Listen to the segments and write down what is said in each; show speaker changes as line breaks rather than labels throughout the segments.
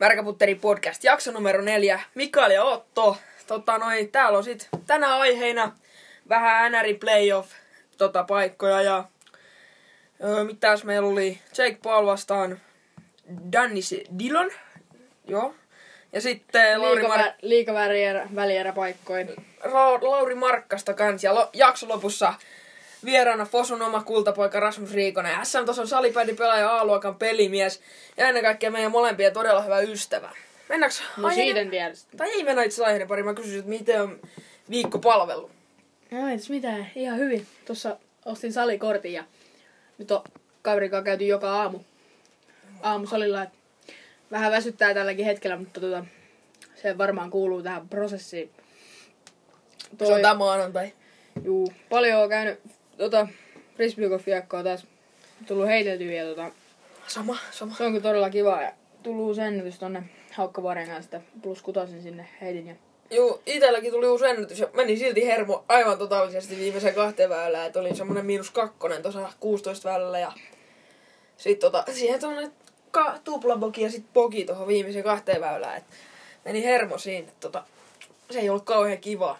Värkäputteri podcast, jakso numero neljä. Mikael ja Otto. Tota noi, täällä on sit tänä aiheena vähän NRI playoff tota, paikkoja ja öö, mitäs meillä oli Jake Paul vastaan Dennis Dillon. Joo. Ja sitten Lauri, Mar-
Liikavä, liikavärierä välieräpaikkoin.
Ra- Lauri Markkasta kans. Ja lo- jakson lopussa vieraana Fosun oma kultapoika Rasmus Riikonen. Ja SM tason salipäidin pelaaja A-luokan pelimies. Ja ennen kaikkea meidän molempien todella hyvä ystävä. Mennäänkö
No siitä en tiedä.
Tai ei mennä itse aiheiden pari. Mä kysyisin, että miten on viikko palvelu.
No ei tässä mitään, ihan hyvin. Tuossa ostin salikortin ja nyt on kaverin kanssa käyty joka aamu. Aamu salilla, et vähän väsyttää tälläkin hetkellä, mutta tota, se varmaan kuuluu tähän prosessiin.
Se on tämä maanantai.
Juu, paljon on käynyt tota, frisbeegolfiakkoa taas tullut heiteltyä ja tota,
Sama, sama.
se on kyllä todella kiva ja tullut säännötys tonne Haukkavuoren kanssa, että plus kutasen sinne heitin ja
Juu, itelläkin tuli uusi ennätys ja meni silti hermo aivan totaalisesti viimeiseen kahteen väylään. Että oli semmonen miinus kakkonen tuossa 16 väylällä ja sit tota, siihen tuonne ka- tuplaboki ja sit boki tuohon viimeiseen kahteen väylään. Et meni hermo siinä, et tota, se ei ollut kauhean kivaa.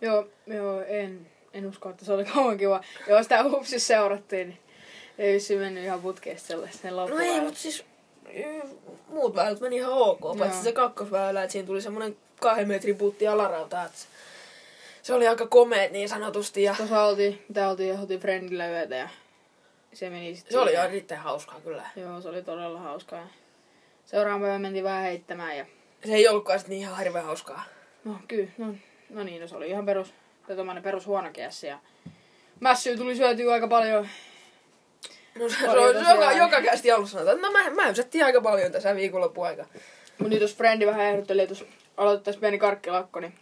Joo, joo, en, en usko, että se oli kauan kiva. Joo, sitä hupsissa seurattiin, niin ei vissiin mennyt ihan putkeesta sellaisen
No ei, mut siis y- muut väylät meni ihan ok, paitsi
Joo.
se kakkosväylä, että siinä tuli semmonen kahden metrin puutti alarauta, että se, se oli aika komeet niin sanotusti ja
Tuossa oltiin, mitä oltiin, oltiin Friendillä yötä ja se meni sitten.
se oli ihan erittäin hauskaa kyllä.
Joo, se oli todella hauskaa. Seuraavan päivän mentiin vähän heittämään ja...
Se ei ollutkaan sit niin ihan hirveän hauskaa.
No kyllä, no, no niin, no, se oli ihan perus, tai tommonen perus huonokiässä ja... Mässyä tuli syötyä aika paljon.
No se, se
Paljon
on
tosiaan.
joka, joka kästi alussa sanotaan, että no mä, mä ysättiin aika paljon tässä viikonloppuaika.
Mun nyt jos Frendi vähän ehdotteli, että jos aloitettaisiin pieni karkkilakko, niin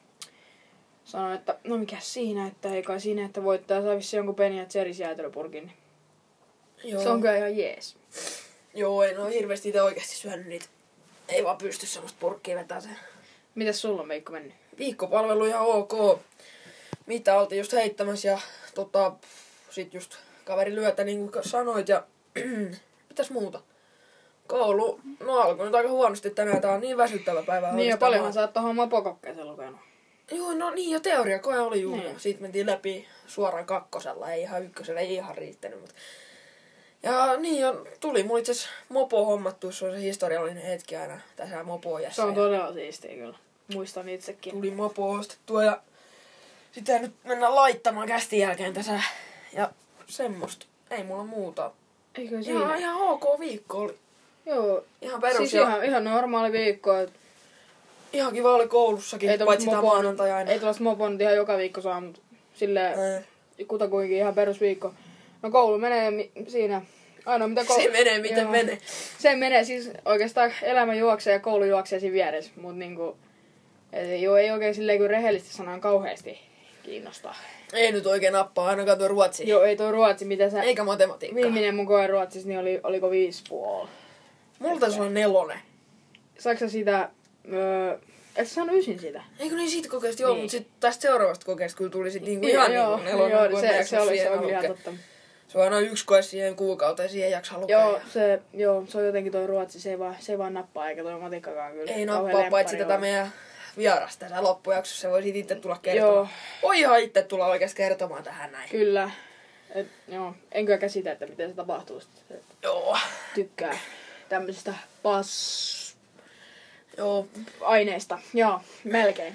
sanoin, että no mikä siinä, että ei kai siinä, että voittaa saa vissiin jonkun peniä Cheris jäätelöpurkin. Niin
Joo.
se on kyllä ihan jees.
Joo, en oo hirveästi itse oikeasti syönyt niitä. Ei vaan pysty semmoista purkkiä vetää sen.
Mitäs sulla on Veikko mennyt?
Viikkopalvelu ihan ok. Mitä oltiin just heittämässä ja tota, sit just kaveri lyötä niin kuin sanoit ja mitäs muuta. Koulu, no alkoi nyt aika huonosti tänään, tää on niin väsyttävä päivä.
Niin ja
oikeastaan
paljonhan
vaan.
sä oot tohon mapokokkeeseen lukenut.
Joo, no niin, ja teoriakoe oli juuri.
Niin.
Siitä mentiin läpi suoraan kakkosella, ei ihan ykkösellä, ei ihan riittänyt. Mutta... Ja niin, ja tuli mun itse asiassa mopo hommattu, se on se historiallinen hetki aina tässä
Se
mopojässä.
on
Ja
todella siistiä kyllä. Muistan itsekin.
Tuli mopo ostettua ja sitä nyt mennään laittamaan kästin jälkeen tässä. Ja semmoista, ei mulla muuta.
Eikö Niin siinä?
Ihan, ihan ok viikko oli.
Joo.
Ihan perus.
siis
ja
ihan, ihan normaali viikko. et
ihan kiva oli koulussakin,
Ei tommoset
paitsi tämä
mopoa-
maanantai aina.
Ei tuollaista mopoa nyt ihan joka viikko saa, mutta silleen...
Ei.
kutakuinkin ihan perusviikko. No koulu menee mi- siinä. Ainoa mitä koulu...
Se menee, miten menee.
Se menee siis oikeastaan elämä juoksee ja koulu juoksee siinä vieressä. Mutta niinku, et ei, oo- ei oikein silleen kuin rehellisesti sanan kauheasti kiinnostaa.
Ei nyt oikein nappaa, ainakaan tuo ruotsi.
Joo, ei tuo ruotsi, mitä sä...
Eikä matematiikkaa.
Viimeinen mun koe ruotsissa, niin oli, oliko viisi puoli.
Mulla taisi olla nelonen.
Saatko sä sitä... Öö, et sä saanut ysin sitä?
Eikö niin siitä kokeesta joo,
Niin.
niin. mutta sitten tästä seuraavasta kokeesta kyllä tuli sit niinku ihan
joo,
niinku nelonen.
joo,
kun en mä
se, se
jaksanut
oli, se
siihen
oli ihan
lukea.
totta.
Se on aina yksi koe siihen kuukauteen, siihen ei jaksa lukea.
Joo, se, joo, se on jotenkin toi ruotsi, se ei vaan, se ei vaan nappaa, eikä toi matikkakaan kyllä.
Ei
Kauhean
nappaa paitsi
lemppari
tätä
on.
meidän vierasta tässä loppujaksossa. Se voi siitä itse tulla kertomaan.
Joo.
Joo. Voi ihan itse tulla oikeasti kertomaan tähän näin.
Kyllä. Et, joo, en kyllä käsitä, että miten se tapahtuu. sit. Et
Joo.
Tykkää tämmöisistä pas
Joo.
aineista. Joo, melkein.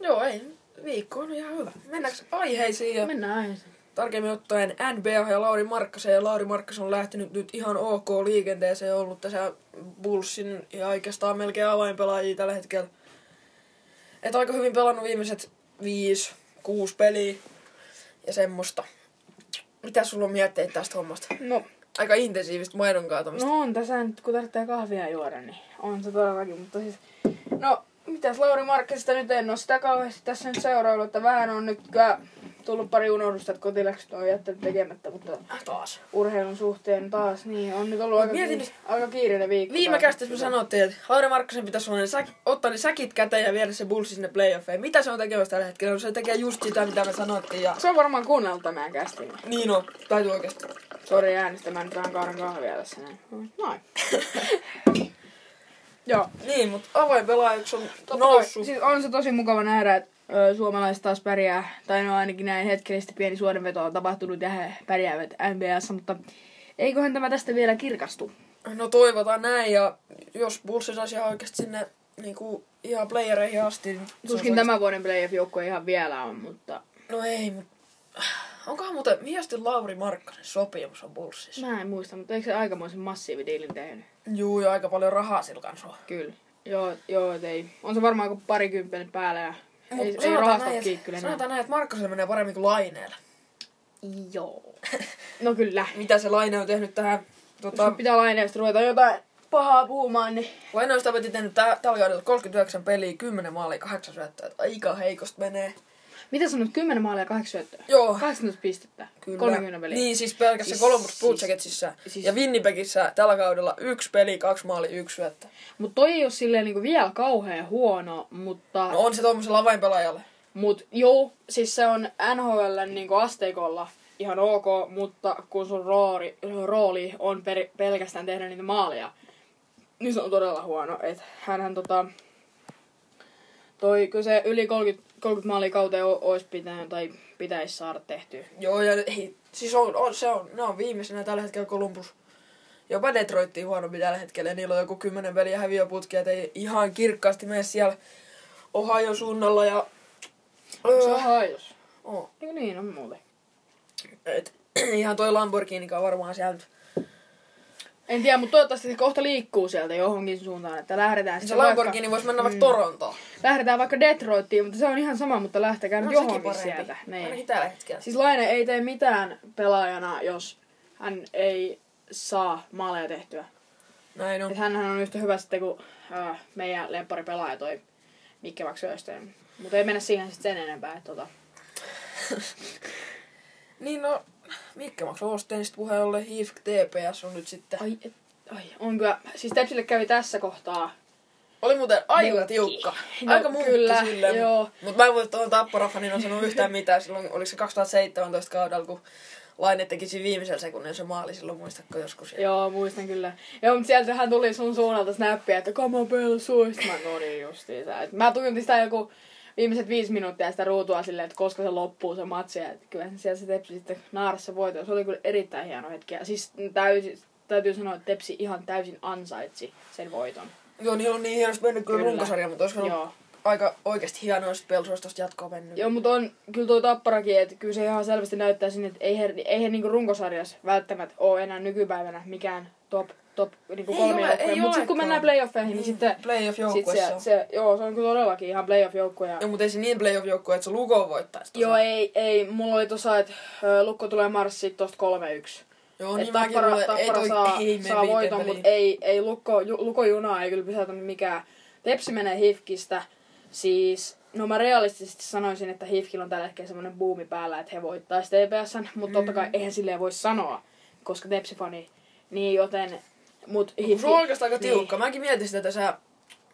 Joo, ei. Viikko on ihan hyvä. Mennäänkö aiheisiin? Ja...
Mennään aiheeseen.
Tarkemmin ottaen NBA ja Lauri Markkasen. Ja Lauri Markkasen on lähtenyt nyt ihan ok liikenteeseen. Ollut tässä Bullsin ja oikeastaan melkein avainpelaajia tällä hetkellä. Et aika hyvin pelannut viimeiset viisi, kuusi peliä ja semmoista. Mitä sulla on mietteitä tästä hommasta?
No,
Aika intensiivistä maidon kaatamista.
no on tässä nyt, kun tarvitsee kahvia juoda, niin on se todellakin. Mutta siis, no, mitäs Lauri Markkista nyt en ole sitä kauheasti tässä nyt seuraillut, että vähän on nyt kyllä tullut pari unohdusta, että kotiläkset on jättänyt tekemättä, mutta
No. Taas.
urheilun suhteen taas, niin on nyt ollut aika,
mietin
kiire, aika kiireinen viikko.
Viime
taas.
kästissä me sanottiin, että Lauri Markkasen pitäisi olla ne säk- ottaa ne säkit käteen ja viedä se Bulls sinne playoffeihin. Mitä se on tekemässä tällä hetkellä? No, Se tekee just sitä, mitä me sanottiin. Ja...
Se on varmaan kuunnellut tämän kästin.
Niin on, täytyy oikeasti.
niin- Sori äänestämään nyt vähän kaaran kahvia tässä näin. Noin. Joo.
Niin, mutta avainpelaajaksi on
Totta
noussut.
Kai. Siis on se tosi mukava nähdä, että ö, suomalaiset taas pärjää, tai no ainakin näin hetkellisesti pieni suodenveto on tapahtunut ja he pärjäävät NBAssa, mutta eiköhän tämä tästä vielä kirkastu.
No toivotaan näin, ja jos Bulls saisi ihan oikeasti sinne niinku, ihan playereihin asti. Niin se
Tuskin
olisi
tämän vuoden playoff-joukkue ihan vielä on, mutta
oikeasti- No ei, mutta... Onkohan muuten, mihin asti Lauri Markkanen sopimus on Bullsissa?
mä en muista, mutta eikö se aikamoisen massiividiilin tehnyt?
Juu, ja aika paljon rahaa sillä kanssa on.
Kyllä. Joo, joo, et ei. On se varmaan kuin parikymppiä päällä ja
Mut
ei, ei
sanotaan
rahasta
näin,
kiinni
et-
kyllä enää.
Sanotaan näin, että Markkasella menee paremmin kuin Laineella.
Joo. No kyllä.
Mitä se Laine on tehnyt tähän?
Jos
Tota,
nyt pitää laineesta ruveta jotain pahaa puhumaan, niin
Laine on sitä veti tehnyt tä- tällä kaudella 39 peliä, 10 maalia, 8 syöttöä. et Aika heikosti menee.
Mitä sanot, 10 maalia ja 8 syöttöä?
Joo,
18 pistettä.
Oh. kyllä.
30 peliä.
Niin, siis pelkässä
Siis-
siis, Columbus Blue
siis-
Jacketsissa
siis-
ja Winnipegissä tällä kaudella yksi peli, kaksi maali, yksi syöttö.
Mut toi ei ole silleen niinku vielä kauhean huono, mutta...
No on se tuommoisella avainpelaajalle.
Mut joo, siis se on NHL niinku asteikolla ihan ok, mutta kun sun rooli, rooli on per, pelkästään tehdä niitä maaleja, niin se on todella huono. Et hänhän tota, toi, kyllä se yli 30, 30 maalia kauteen o- ois pitänyt tai pitäisi saada tehtyä.
Joo, ja ei, siis on, on, se on, ne on viimeisenä tällä hetkellä Columbus. Jopa Detroitin huonompi tällä hetkellä. Niillä on joku kymmenen peliä häviöputkia, että ei ihan kirkkaasti mene siellä Ohio suunnalla ja...
Onko se
Öö,
haitos?
oo.
Niin, niin on muuten.
Et, ihan toi Lamborghinikaan varmaan sieltä.
En tiedä, mutta toivottavasti se kohta liikkuu sieltä johonkin suuntaan, että lähdetään
Se
sitten vaikka,
Lamborghini voisi mennä vaikka Torontoon.
lähdetään vaikka Detroittiin, mutta se on ihan sama, mutta lähtekää nyt
No, sekin
johonkin
parempi.
sieltä. Niin.
Ainakin tällä hetkellä.
Siis Laine ei tee mitään pelaajana, jos hän ei saa maaleja tehtyä.
Näin on.
Et hänhän on yhtä hyvä sitten kuin äh, meidän lempparipelaaja toi Mikke Vaksööstöön. Mutta ei mennä siihen sitten sen enempää. Et, tota.
Niin no, Mikke Max Oosteenista puheen ollen HIFK TPS on nyt sitten.
Ai, et, ai, on kyllä. Siis Tepsille kävi tässä kohtaa.
Oli muuten aika
Munkki.
tiukka.
No,
Aika munkki
kyllä,
silleen.
joo.
Mutta mä en voi tuohon tapporafanin on sanonut yhtään mitään. Silloin oliko se 2017 kaudella, kun Laine teki siinä viimeisellä sekunnin se maali silloin, muistatko joskus?
Joo, muistan kyllä. Joo, mutta sieltähän tuli sun suunnalta snappia, että come on, pöllä suista. Mä no niin justiinsa. Et mä tuijotin sitä joku viimeiset viisi minuuttia sitä ruutua silleen, että koska se loppuu se matsi. Ja kyllä siellä se Tepsi sitten naarassa voitoi. Se oli kyllä erittäin hieno hetki. Ja siis täysin, täytyy sanoa, että Tepsi ihan täysin ansaitsi sen voiton.
Joo, niillä on niin hienosti mennyt kyllä,
Kyllä.
runkosarja, mutta olisiko ollut
Joo.
aika oikeasti hienoa, jos Pelsu olisi tosta jatkoa mennyt.
Joo, mutta on kyllä tuo tapparakin, että kyllä se ihan selvästi näyttää sinne, että ei he, ei he niinku runkosarjassa välttämättä ole enää nykypäivänä mikään top, top niinku
Ei
kolme
ole,
joukkoja.
ei
Mutta sitten kun
olekaan.
mennään playoffeihin, niin sitten Sit
Playoff-joukkueessa.
se,
on.
se, joo, se on kyllä todellakin ihan playoff-joukkue. Ja...
Joo, mutta ei se niin playoff-joukkue, että se Luko voittaisi. tossa.
Joo, ei, ei. Mulla oli tossa, että ö, Lukko tulee marssi tosta 3-1.
Joo,
Et
niin mäkin luulen, että ei toi,
saa,
ei niin. mene
saa
viiteen
voiton,
peliin.
mutta ei, ei Lukko, ju, Lukko junaa ei kyllä pysäytä mikään. Tepsi menee Hifkistä. Siis, no mä realistisesti sanoisin, että Hifkillä on tällä hetkellä semmoinen buumi päällä, että he voittaisi TPSn, mutta mm. totta kai eihän silleen voi sanoa, koska Tepsi-fani. Niin joten, mut
Kun
Hifki...
Se on oikeastaan
Niin.
aika tiukka. Mäkin mietin sitä tässä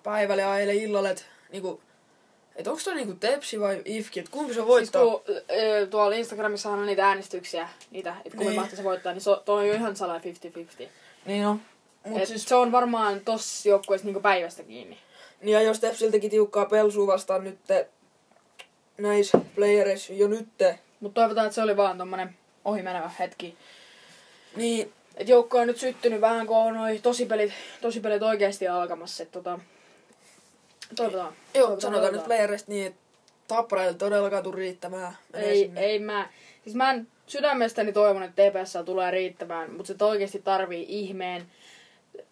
päivällä ja eilen illalla, että niinku, et onko toi niinku tepsi vai ifki, että kumpi se voittaa?
Siis kun ö, tuolla Instagramissahan on niitä äänestyksiä, niitä, että kummin
Niin.
mahtaisi voittaa, niin se on, toi on jo ihan salaa 50-50.
Niin on. Mut
Et
siis,
Se on varmaan tossa joukkueessa niinku päivästä kiinni.
niin ja jos Tepsiltäkin tiukkaa pelsua vastaan nyt näissä playereissa jo nyt,
Mutta toivotaan, että se oli vaan tommonen ohimenevä hetki.
niin
Et joukko on nyt syttynyt vähän, kun on noi tosipelit, tosipelit oikeasti alkamassa. Et tota, toivotaan.
joo,
Toivotaan,
sanotaan nyt
toivotaan.
playereista niin, että Tappara ei todellakaan tule riittämään. Menee
Ei,
sinne.
ei mä... Siis mä en sydämestäni toivon, että TPS tulee riittämään, mutta se oikeasti tarvii ihmeen.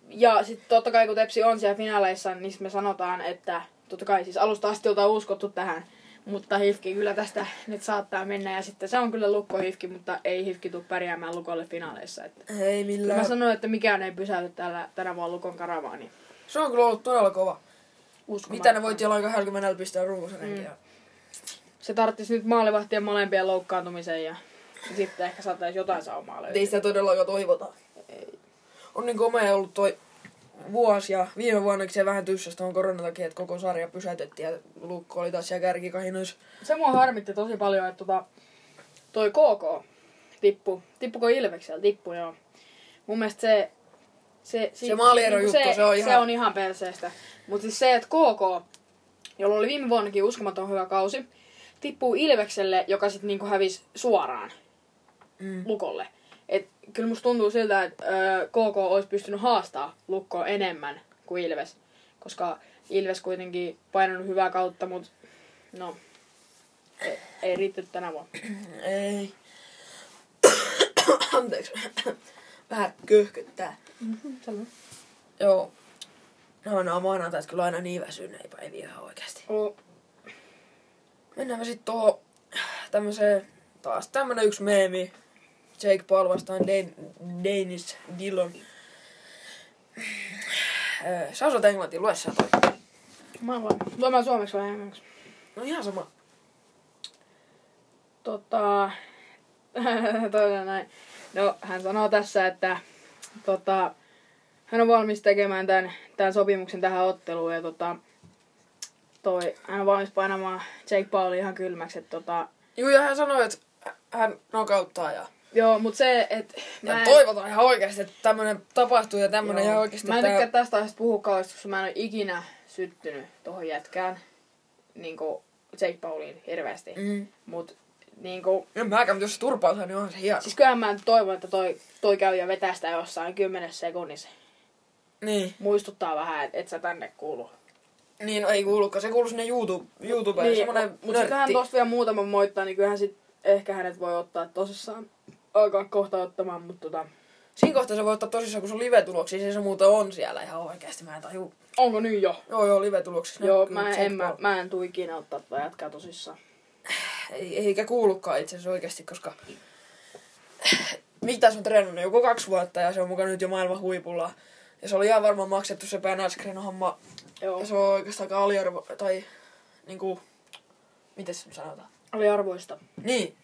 Ja sitten totta kai kun Tepsi on siellä finaaleissa, niin sit me sanotaan, että totta kai siis alusta asti oltaan uskottu tähän. Mutta Hifki kyllä tästä nyt saattaa mennä ja sitten se on kyllä lukko Hifki, mutta ei Hifki tule pärjäämään lukolle finaaleissa. Että
ei
kyllä
millään.
mä sanoin, että mikään ei pysäytä tällä, tänä vuonna lukon niin karavaani.
Se on kyllä ollut todella kova.
Uskomaton.
Mitä ne voitti olla aika 20 pistää runkosarjankin. Mm.
Se tarttisi nyt maalivahtien molempien loukkaantumiseen ja sitten ehkä saataisiin jotain saumaa löytyä.
Ei sitä todellakaan toivota. On niin komea ollut toi vuosi ja viime vuonna se vähän tyssäsi tuon koronan takia, että koko sarja pysäytettiin ja Lukko oli taas siellä kärkikahinoissa.
Se mua harmitti tosi paljon, että tota, toi KK tippu. Tippuko Ilveksellä? Tippu, joo. Mun mielestä se Se,
Se maaliero
niinku
juttu, se on
se
ihan-
on ihan perseestä. Mutta siis se, että KK, jolla oli viime vuonnakin uskomaton hyvä kausi, tippuu Ilvekselle, joka sitten niinku hävisi suoraan
Mm.
Lukolle. Et kyllä musta tuntuu siltä, että ö, KK olisi pystynyt haastaa Lukkoa enemmän kuin Ilves. Koska Ilves kuitenkin painanut hyvää kautta, mutta no, ei, ei riitty tänä vuonna.
Ei. Anteeksi. Vähän köhköttää.
Mm-hmm,
Joo. No, no, maanantait kyllä aina niin väsyneitä päiviä ihan oikeasti.
oh,
Mennäänpä sitten tuohon tämmöiseen, taas tämmönen yksi meemi. Jake Paul vastaan Dan, Danish Dillon. Ö, Sä asut Englantiin, lue sä toi.
mä voin. Luen mä suomeksi vai englanniksi?
No ihan sama.
Tota, toinen näin. No, hän sanoo tässä, että tota, hän on valmis tekemään tämän, tämän sopimuksen tähän otteluun ja tota, toi, hän on valmis painamaan Jake Pauli ihan kylmäksi. Et, tota,
Juu, ja hän sanoi, että hän nokauttaa ja,
joo, mutta se, että
ja toivotaan ihan oikeasti, että tämmönen tapahtuu ja tämmönen ihan oikeasti.
Mä en
tää-
tykkää tästä aiheesta puhua kauheasti, koska mä en ole ikinä syttynyt tohon jätkään. Niinku Jake Pauliin hirveästi. Mm.
Mm.
Mut niinku,
En mäkään, mutta jos se turpaa sen, niin on se hieno.
siis kyllähän mä toivon, että toi, toi käy ja vetää sitä jossain 10 sekunnissa.
Niin.
muistuttaa vähän, että et sä tänne kuulu.
Niin, no ei kuulukaan. Se kuuluu sinne YouTube, YouTubeen. Niin,
Niin,
semmonen
mutta sitten hän
nörtti.
tosta vielä muutaman moittaa, niin kyllähän sit ehkä hänet voi ottaa tosissaan alkaa kohta ottamaan, mutta tota,
Siinä kohtaa se voi ottaa tosissaan, kun sun live-tuloksia. siis Se, se muuten on siellä ihan oikeasti. Mä en taju.
onko nyt jo?
Joo, joo, live-tuloksissa.
Joo,
näkyy
mä en,
Jake
en, mä,
Paul.
mä en tuu ikinä ottaa tätä jätkää tosissaan.
Ei, eikä kuulukaan itse asiassa oikeasti, koska... Mitä se on treenannut? Joku kaksi vuotta ja se on mukaan nyt jo maailman huipulla. Ja se oli ihan varmaan maksettu se Benascreen homma.
Joo,
Ja se on oikeastaan aika aliarvo... Tai niinku... Miten se sanotaan?
oli arvoista.
Niin.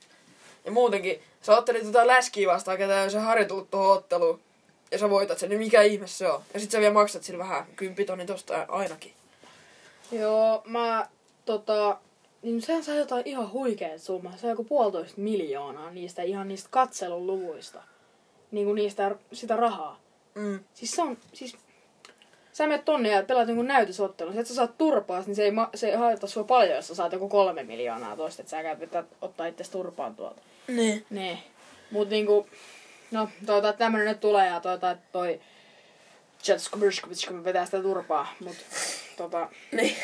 Ja muutenkin, sä ottelit tota läskiä vastaan, ketä ja sä harjoitut tuohon otteluun. Ja sä voitat sen, niin mikä ihme se on? Ja sit sä vielä maksat sillä vähän, kymppitonni tosta ainakin.
Joo, mä tota, niin sehän sai jotain ihan huikeet summaa. Se on joku puolitoista miljoonaa niistä ihan niistä katseluluvuista. Niin kuin niistä sitä rahaa.
Mm.
Siis se on, siis... Sä menet tonne ja pelaat jonkun näytösottelun. Se, että sä saat turpaas, niin se ei, ma- se ei haittaa sua paljon, jos sä saat joku kolme miljoonaa toista, että sä käyt vetää, ottaa itse turpaan tuolta.
Niin.
Niin. Mut niinku, no toivotaan, että tämmönen nyt tulee ja toivotaan, että toi Jetskovitskovits vetää sitä turpaa. Mut tota,
Niin.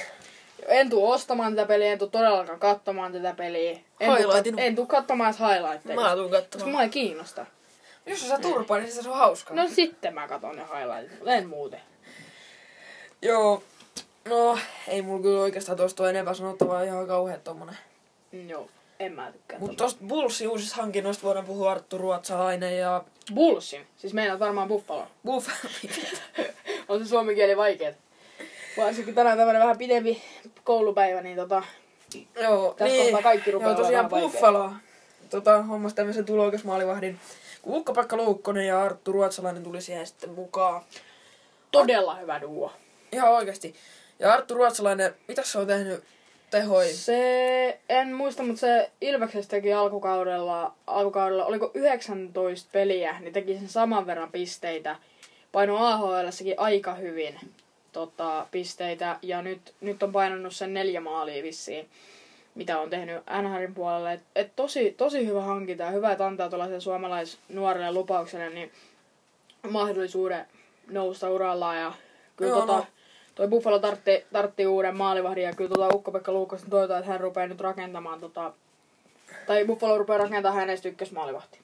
en tuu ostamaan tätä peliä, en tuu todellakaan katsomaan tätä peliä. En tuu,
Highlightin.
kat- en tuu katsomaan edes highlightteja.
Mä tuun
koska
katsomaan.
mua ei kiinnosta.
Jos sä saa turpaa, niin se on hauskaa.
No sitten mä katon ne highlightit, mut en muuten.
Joo. No, ei mulla kyllä oikeastaan tosta ole enempää sanottavaa, ihan kauhean tommonen.
Mm, Joo, en mä tykkää. tuota.
Mut tosta Bullsin uusista hankinnoista voidaan puhua Arttu Ruotsalainen ja
Bullsin. Siis meinaat varmaan buffalo.
Buff.
On se suomen kieli vaikeet. Varsinkin tänään tämmönen vähän pidempi koulupäivä, niin tota...
Joo, niin.
Tässä kohtaa kaikki rupeaa
Joo, tosiaan
olemaan vaikeita.
Buffalo tota, hommas tämmöisen tulokasmaalivahdin. Ukko-Pekka Luukkonen ja Arttu Ruotsalainen tuli siihen sitten mukaan.
Todella hyvä duo.
Ihan oikeasti. Ja Arttu Ruotsalainen, mitä se on tehnyt tehoi?
Se, en muista, mutta se Ilveksestä teki alkukaudella, alkukaudella, oliko 19 peliä, niin teki sen saman verran pisteitä. Paino AHLssäkin aika hyvin tota, pisteitä ja nyt, nyt on painanut sen neljä maalia vissiin, mitä on tehnyt NHLin puolelle. Et, et tosi, tosi hyvä hankinta ja hyvä, että antaa tuollaiselle suomalaisnuorelle lupaukselle niin mahdollisuuden nousta urallaan ja kyllä
Joo,
tota,
no.
Toi Buffalo tartti, tartti uuden maalivahdin ja kyllä tota Ukko-Pekka Luukkosen toivotaan, että hän rupeaa nyt rakentamaan tota... Tai Buffalo rupeaa rakentamaan hänestä ykkösmaalivahti.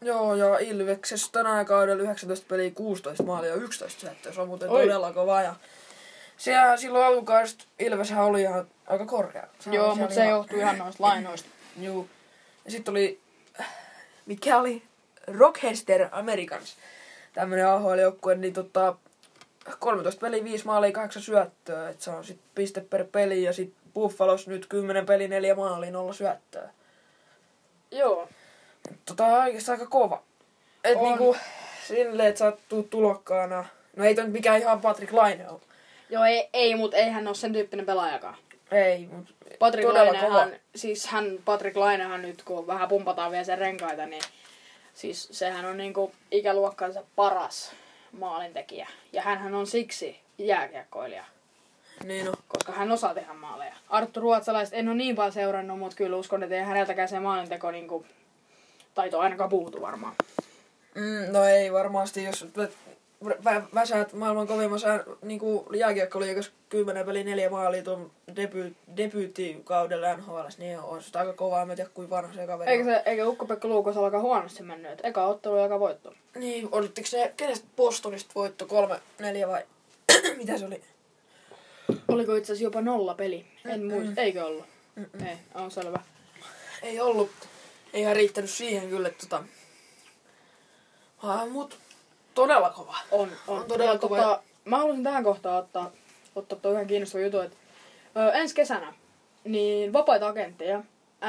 Joo, ja Ilveksessä tänä kaudella 19 peliä, 16 maalia ja 11 syöttöä. Se on muuten
Oi.
todella kova. Ja siellä, silloin alkukaudesta Ilveshän oli ihan aika korkea. Sehän
Joo,
oli
mutta se
siellä ihan-
johtuu ihan noista lainoista.
Juu. Ja sitten oli, mikä oli Rochester Americans, tämmönen AHL-joukkue, niin tota, 13 peliä, 5 maalia, 8 syöttöä. Et se on sit piste per peli ja sit Buffalos nyt 10 peli, 4 maalia, 0 syöttöä.
Joo.
Tota, oikeastaan aika kova. Et
On.
niinku, silleen, että sä oot tuu tulokkaana. No ei toi nyt mikään ihan Patrick Laine ole.
Joo, ei, ei mutta eihän ole sen tyyppinen pelaajakaan.
Ei, mut
Patrick
Todella
Lainehan, siis hän, Patrick Lainehan nyt kun vähän pumpataan vielä sen renkaita, niin Siis sehän on niinku ikäluokkansa paras maalintekijä. Ja hän on siksi jääkiekkoilija,
Niin on.
koska hän osaa tehdä maaleja. Arttu Ruotsalaiset en ole niin paljon seurannut, mutta kyllä uskon, että ei häneltäkään se maalinteko niinku, taito ainakaan puutu varmaan.
Mm, no ei varmasti, jos vä- vä- väsäät maailman kovimmassa niin jääkiekkoliigassa 10 peli 4 maalia tuon debyy- debyyttikaudella NHL, niin on se aika kovaa, en mä tiedä kuinka vanha se kaveri
Eikä,
on.
se, eikä Ukko-Pekka Luukos aika huonosti mennyt. Et eka ottelu ja eka voitto.
Niin, olitteko ne, kenestä Bostonista voitto, kolme, neljä vai mitä se oli?
Oliko itse asiassa jopa nolla peli? En muista. Eikö ollut? Ei, on selvä.
Ei ollut, ei ihan riittänyt siihen kyllä, että tota... Ah, mut todella kova.
On, on.
On todella
Ja
kova.
Tota, mä haluaisin tähän kohtaan ottaa, ottaa tuon yhden kiinnostavan jutun, että ö, ensi kesänä niin vapaita agentteja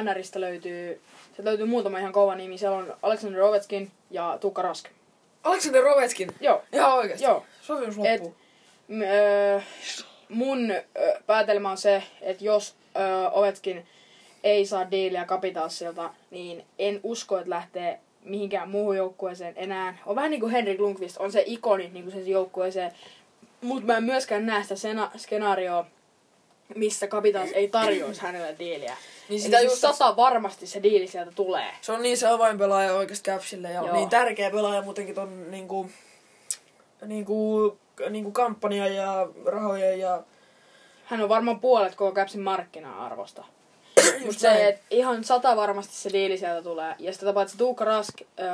NRistä löytyy, se löytyy muutama ihan kova nimi. Siellä on Alexander Ovechkin ja Tuukka Rask.
Aleksander Rovetskin,
Joo.
ihan oikeesti.
Joo.
Sopimus
Et,
loppuu.
m, ö, mun ö, päätelmä on se, että jos ö, Ovechkin ei saa diiliä kapitaassilta, niin en usko, että lähtee mihinkään muuhun joukkueeseen enää. On vähän niin kuin Henrik Lundqvist, on se ikoni niin kuin sen joukkueeseen. Mutta mä en myöskään näe sitä sena- skenaarioa, missä kapitaas ei tarjoisi hänelle diiliä.
Niin
Niin
sitä
sitä
just-
just sata varmasti se diili sieltä tulee.
Se on niin se avainpelaaja oikeasti Capsille ja Joo.
Joo.
niin tärkeä pelaaja muutenkin ton niinku, niinku, niinku kampanjan ja rahojen ja...
Hän on varmaan puolet koko Capsin markkina-arvosta.
Just
Mutta
näin.
se, et ihan sata varmasti se diili sieltä tulee. Ja sitä tapaa, että Tuukka Rask öö,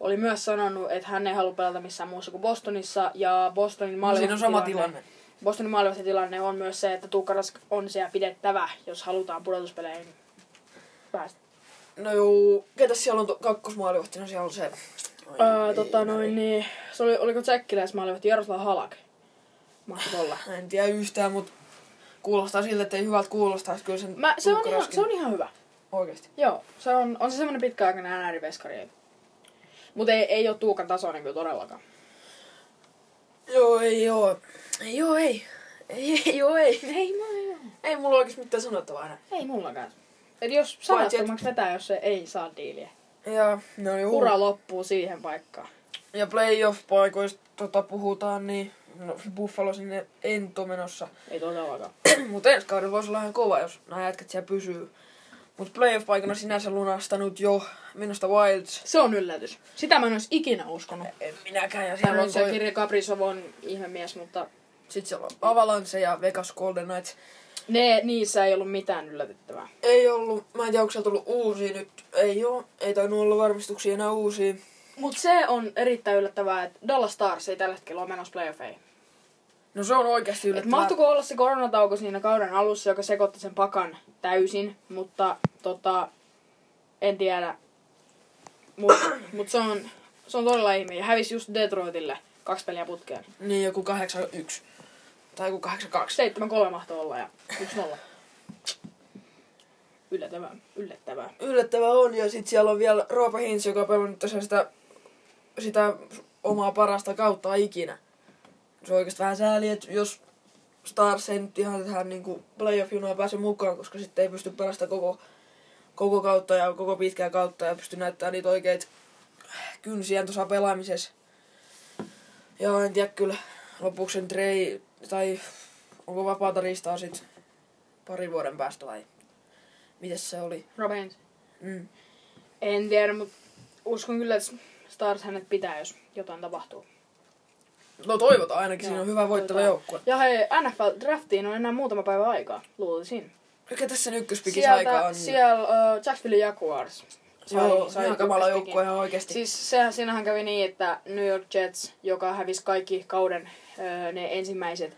oli myös sanonut, että hän ei halua pelata missään muussa kuin Bostonissa. Ja Bostonin
Siinä on sama
maalivahtitilanne-
tilanne.
Bostonin maalivahtitilanne on myös se, että Tuukka Rask on siellä pidettävä, jos halutaan pudotuspeleihin päästä.
No juu, ketä siellä on to- kakkosmaalivahtina? Siellä on se... Oi,
Öö,
ei,
tota noin, niin, se oli, oliko tsekkiläismaalivahti Jaroslav Halak? Mahti olla.
mä En tiedä yhtään, mut kuulostaa siltä, että ei hyvältä kuulostaisi kyllä sen
Mä, se, on
Tuukka
ihan,
Raskin-
se on ihan hyvä.
Oikeesti.
Joo, se on, on se semmoinen pitkäaikainen äänäriveskari. Mutta ei, ei ole Tuukan tasoinen kyllä todellakaan.
Joo, ei joo. Joo, ei. Ei, joo, ei.
Ei mä
Ei mulla oikeesti mitään sanottavaa enää.
Ei mullakaan. Et jos
Paitsi,
sanattomaksi vetää, jos se ei saa diiliä.
Ja, no juu.
Ura loppuu siihen paikkaan.
Ja playoff-paikoista tota, puhutaan, niin no, Buffalo sinne ento menossa.
Ei todellakaan.
Mutta ensi kaudella voisi olla ihan kova, jos nämä jätkät siellä pysyy. Mutta playoff-paikana sinänsä lunastanut jo minusta Wilds.
Se on yllätys. Sitä mä en olisi ikinä uskonut.
En minäkään. Ja
Siellä on se
kir-
Kirja Kaprizov on ihmemies, mutta
Sitten siellä on Avalanche ja Vegas Golden Knights.
ne, niissä ei ollut mitään yllätettävää.
Ei ollut, mä en tiedä, onko siellä tullut uusia nyt. Ei oo, ei tainnut olla varmistuksia enää uusia.
Mutta se on erittäin yllättävää, että Dallas Stars ei tällä hetkellä ole menossa playoffeihin.
No se on oikeasti
Et
yllättävää.
mahtuiko olla se koronatauko siinä kauden alussa, joka sekoitti sen pakan täysin, mutta tota, en tiedä. Mut, mut se, on, se on todella ihme. Ja hävisi just Detroitille kaksi peliä putkeen.
Niin, joku 81. Tai joku 82.
7-3 mahtoi olla ja 1-0. Yllättävää, yllättävää.
yllättävää on. Ja sitten siellä on vielä Roope Hintz, joka on pelannut tässä sitä, sitä omaa parasta kautta ikinä. Se on oikeastaan vähän sääli, että jos Stars ei nyt ihan tähän niin playoff-junaan pääse mukaan, koska sitten ei pysty pelasta koko, koko kautta ja koko pitkää kautta ja pysty näyttämään niitä oikeita kynsiä tuossa pelaamisessa. Ja en tiedä kyllä, lopuksi sen trei, tai onko vapaata riistaa sitten parin vuoden päästä vai mites se oli?
Robins.
Mm.
En tiedä, mutta uskon kyllä, että Stars hänet pitää, jos jotain tapahtuu.
No toivotaan ainakin, siinä on hyvä voittava
Toivotaan.
joukkue.
Ja hei, NFL-draftiin on enää muutama päivä aikaa, luulisin.
Mikä tässä sen ykköspikis aika
Sieltä,
on?
siellä uh, Jacksonville Jaguars.
Joo, se on kamala
ykköspikin.
joukkue ihan oikeesti.
Siis sehän siinähän kävi niin, että New York Jets, joka hävisi kaikki kauden öö, ne ensimmäiset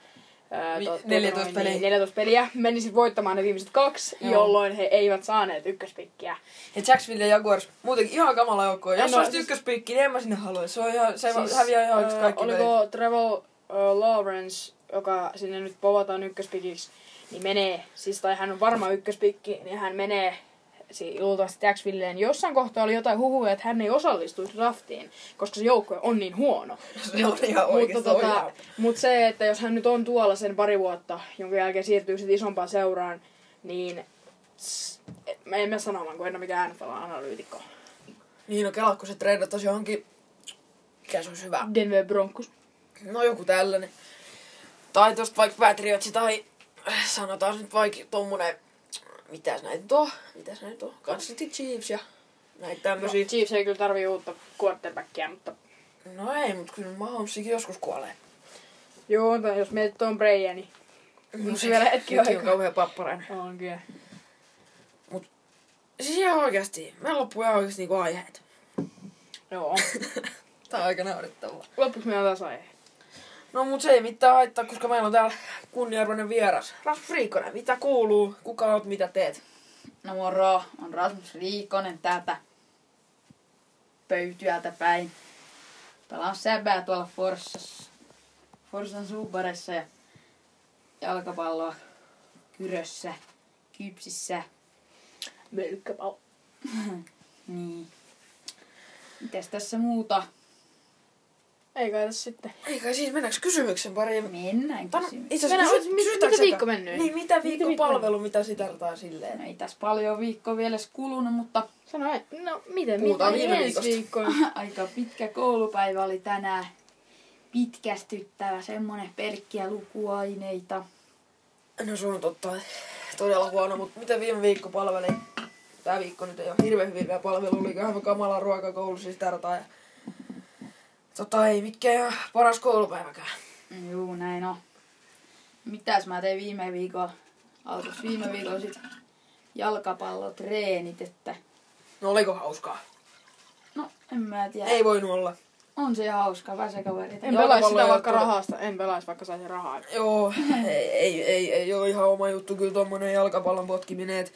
öö,
Vi-
to- tota
14
noin,
peliä.
Niin, 14 peliä, meni sitten voittamaan ne viimeiset kaksi,
Joo.
Joo. jolloin he eivät saaneet ykköspikkiä.
Ja Jacksonville Jaguars, muutenkin ihan kamala joukkue. Jos no,
No,
olisi
siis-
ykköspiikki, niin en mä sinne haluaisi. Se, on ihan, se siis, häviää ihan
öö,
äh, kaikki
Oliko
pelit.
Trevor öö, Lawrence, joka sinne nyt povataan ykköspikiksi, niin menee, siis tai hän on varma ykköspikki, niin hän menee si- luultavasti Jacksvilleen. Jossain kohtaa oli jotain huhuja, että hän ei osallistu draftiin, koska se joukkue on niin huono.
Se on ihan
Mutta,
oikeesti
tota,
tota...
mut se, että jos hän nyt on tuolla sen pari vuotta, jonka jälkeen siirtyy sitten isompaan seuraan, niin s- et- mä en mä sanomaan, kun en ole mikään NFL-analyytikko.
Niin, no kelaa, kun se treidattaisi johonkin... Mikä se olisi hyvä?
Denver Broncos.
No joku tällainen. Tai tosta vaikka Patriotsi tai äh, sanotaan nyt vaikka tommonen... Mitäs näitä on? Mitäs näitä on? Kansas City Chiefs ja näitä
No,
tämmösiä.
Chiefs ei kyllä tarvii uutta quarterbackia, mutta...
No, ei, mut kyllä Mahomesikin joskus kuolee.
Joo, tai jos mietit Tom Bradyä, niin... No, se vielä hetki
sekin on
aikaa.
kauhean papparainen.
On kyllä.
Siis ihan oikeasti. Meillä loppuu ihan oikeasti niinku aiheet.
Joo.
Tää on aika naurettavaa.
Lopuksi meillä on taas aihe.
No mut se ei mitään haittaa, koska meillä on täällä kunniarvoinen vieras. Rasmus Riikkonen, mitä kuuluu? Kuka oot, mitä teet?
No moro, on Rasmus Riikonen täältä pöytyältä päin. Pelaan säbää tuolla Forssassa, Forssan suuparissa ja jalkapalloa kyrössä, kypsissä.
Mölkkäpallo.
Niin. Mitäs tässä muuta?
Ei kai tässä sitten.
Eikä siis mennäänkö kysymyksen pariin?
Mennään
Tän-
kysymään.
Itse
Mennään,
asiassa
oot- mit-
kysytäänkö
mitä
sitä?
viikko mennyt?
Niin, mitä
viikko
viikkopalvelu, mitä sisältää silleen?
No ei tässä paljon viikkoa vielä edes kulunut, mutta
Sano, et- no miten,
Puhutaan
miten
viime
ensi viikkoon?
aika pitkä koulupäivä oli tänään. Pitkästyttävä, semmonen pelkkiä lukuaineita.
No se on totta. Todella huono, mutta miten viime viikko palveli? Tää viikko nyt ei ole hirveän hyvin vielä palvelu, oli ihan kamala ruoka koulussa siis tartaa. Ja... Tota ei mikään paras koulupäiväkään.
Juu, näin on. Mitäs mä tein viime viikolla? Alkus viime viikolla sit jalkapallotreenit, että
No oliko hauskaa?
no en mä tiedä.
Ei voinut olla.
On se hauska, väsäkaveri.
En
Jalkapallo
pelaisi sitä
ei
vaikka
tuota-
ole todella-
rahasta. En pelaisi vaikka saisi rahaa.
Joo, ei, ei, ei, ei ole ihan oma juttu kyllä tommonen jalkapallon potkiminen, et...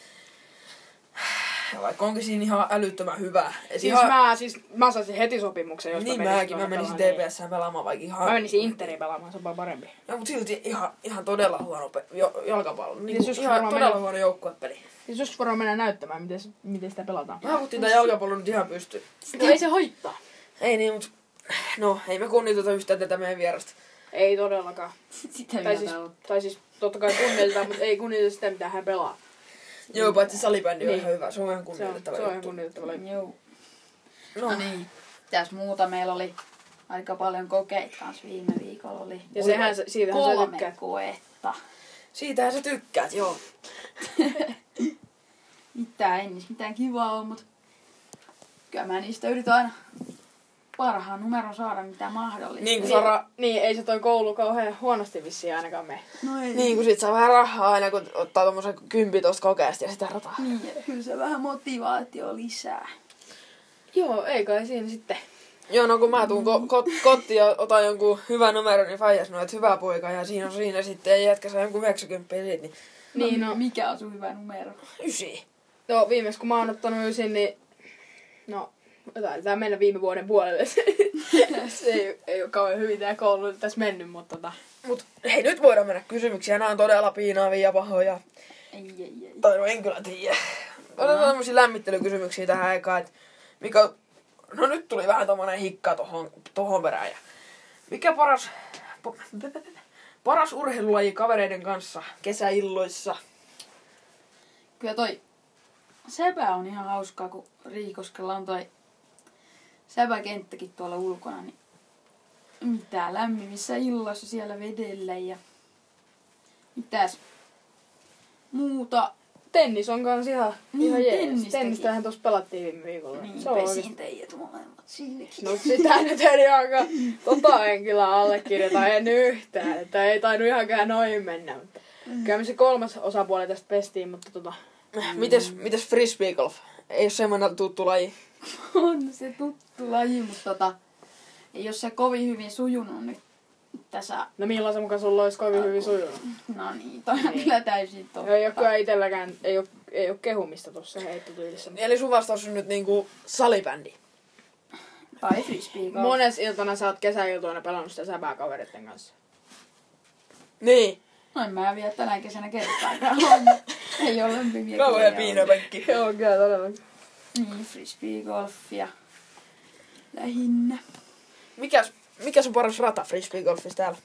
Vaikka onkin siinä ihan älyttömän hyvä. Et
Siis,
ihan...
mä, siis mä saisin heti sopimuksen, jos
niin
menisin
mäkin, mä
tuonne
menisin
pelaamaan.
TPS pelaamaan vaikka ihan...
Mä menisin Interiin pelaamaan, se on paljon parempi.
No, mutta silti ihan, ihan todella huono pe- jo- jalkapallo. Niin
joskus
ihan
varmaan
todella
mennä-
huono joukkuepeli.
Siis joskus voidaan mennä näyttämään, miten, s- miten sitä pelataan.
Mä avuttiin tää jalkapallo nyt ihan pysty.
No ei se haittaa.
Ei niin, mut... No, ei me kunnioiteta yhtään tätä meidän vierasta.
Ei todellakaan.
Sitä
Tai
vielä
siis,
täällä.
tai siis totta kai kunnioitetaan, mutta ei kunnioiteta sitä, mitä hän pelaa.
Joo, paitsi salibändi on
Niin.
ihan hyvä. Se on ihan
Se on, se
kunnioitettava
on ihan
juttu.
kunnioitettava juttu.
Juu.
No,
No niin. Mitäs muuta meillä oli? Aika paljon kokeita kans viime viikolla oli.
Ja sehän, se- siitähän sä
Kolme
tykkäät.
koetta.
siitähän sä tykkäät, joo.
Mitään ei niissä mitään kivaa ole, mut kyllä mä niistä yritän aina parhaan numeron saada mitä mahdollista.
Niin kuin
Niin.
Sara
Niin, ei se toi koulu kauhean huonosti vissiin ainakaan mene.
No ei.
Niin, kun sit saa vähän rahaa aina, kun ottaa tommosen kympi tosta kokeesta ja sitä rataa.
Niin, että kyllä se vähän motivaatio lisää.
Joo, ei kai siinä sitten.
Joo, no kun mä tuun ko- ko- kotiin ja otan jonkun hyvän numeron, niin Faija sanoo, että hyvä poika ja siinä on siinä sitten, ei jätkä saa jonkun 90 siitä, niin
Niin,
no,
no.
Mikä on sun hyvä numero?
ysi.
Joo, viimeksi kun mä oon ottanut ysin, niin... No, taitaa mennä viime vuoden puolelle. se ei, ei ole kauhean hyvin tää koulu nyt tässä mennyt, mutta tota...
Mut hei, nyt voidaan mennä kysymyksiä, nämä on todella piinaavia ja pahoja.
Ei, ei, ei.
Tai no en kyllä tiedä. Otetaan tämmöisiä lämmittelykysymyksiä tähän aikaan, että mikä... No nyt tuli vähän tommonen hikka tohon, tohon perään. Ja mikä paras... po- paras urheilulaji kavereiden kanssa kesäilloissa?
Kyllä toi sepä on ihan hauskaa, kun Riikoskella on toi säpäkenttäkin tuolla ulkona, niin mitä lämmimissä illoissa siellä vedellä ja mitäs muuta.
Tennis on kans ihan,
Niin,
ihan jees.
tennistäkin.
Tennistähän tuossa pelattiin viime viikolla.
Niin,
se on oikeesti...
pesin teidät molemmat sinne.
No sitä nyt ei aika... Tota en kyllä allekirjoita, en yhtään. Että ei tainnut ihankään noin mennä, mutta...
Mm.
Kyllä me se kolmas osapuoli tästä pestiin, mutta tota...
Mites, mites frisbee golf? Ei ole semmoinen tuttu laji.
On se tuttu laji, mutta tota, ei ole se kovin hyvin sujunut nyt tässä.
No milloin se mukaan sulla olisi kovin hyvin sujunut?
No niin, toi on
Niin.
kyllä täysin totta.
Ei ole kyllä itselläkään, ei ole, ei ole kehumista tuossa heittotyylissa.
Eli sun vastaus on nyt niinku salibändi.
Tai frisbee golf.
Mones iltana sä oot kesäiltoina pelannut sitä säbää kavereiden kanssa.
Niin.
No en mä vielä tänä kesänä kertaakaan. ole. ei ole lämpimiä
Kauhean
keliä
piinapenkki.
Joo, kyllä todella.
ollut. Niin, frisbee golfia. Lähinnä.
Mikäs, mikä sun paras rata frisbee golfissa täällä?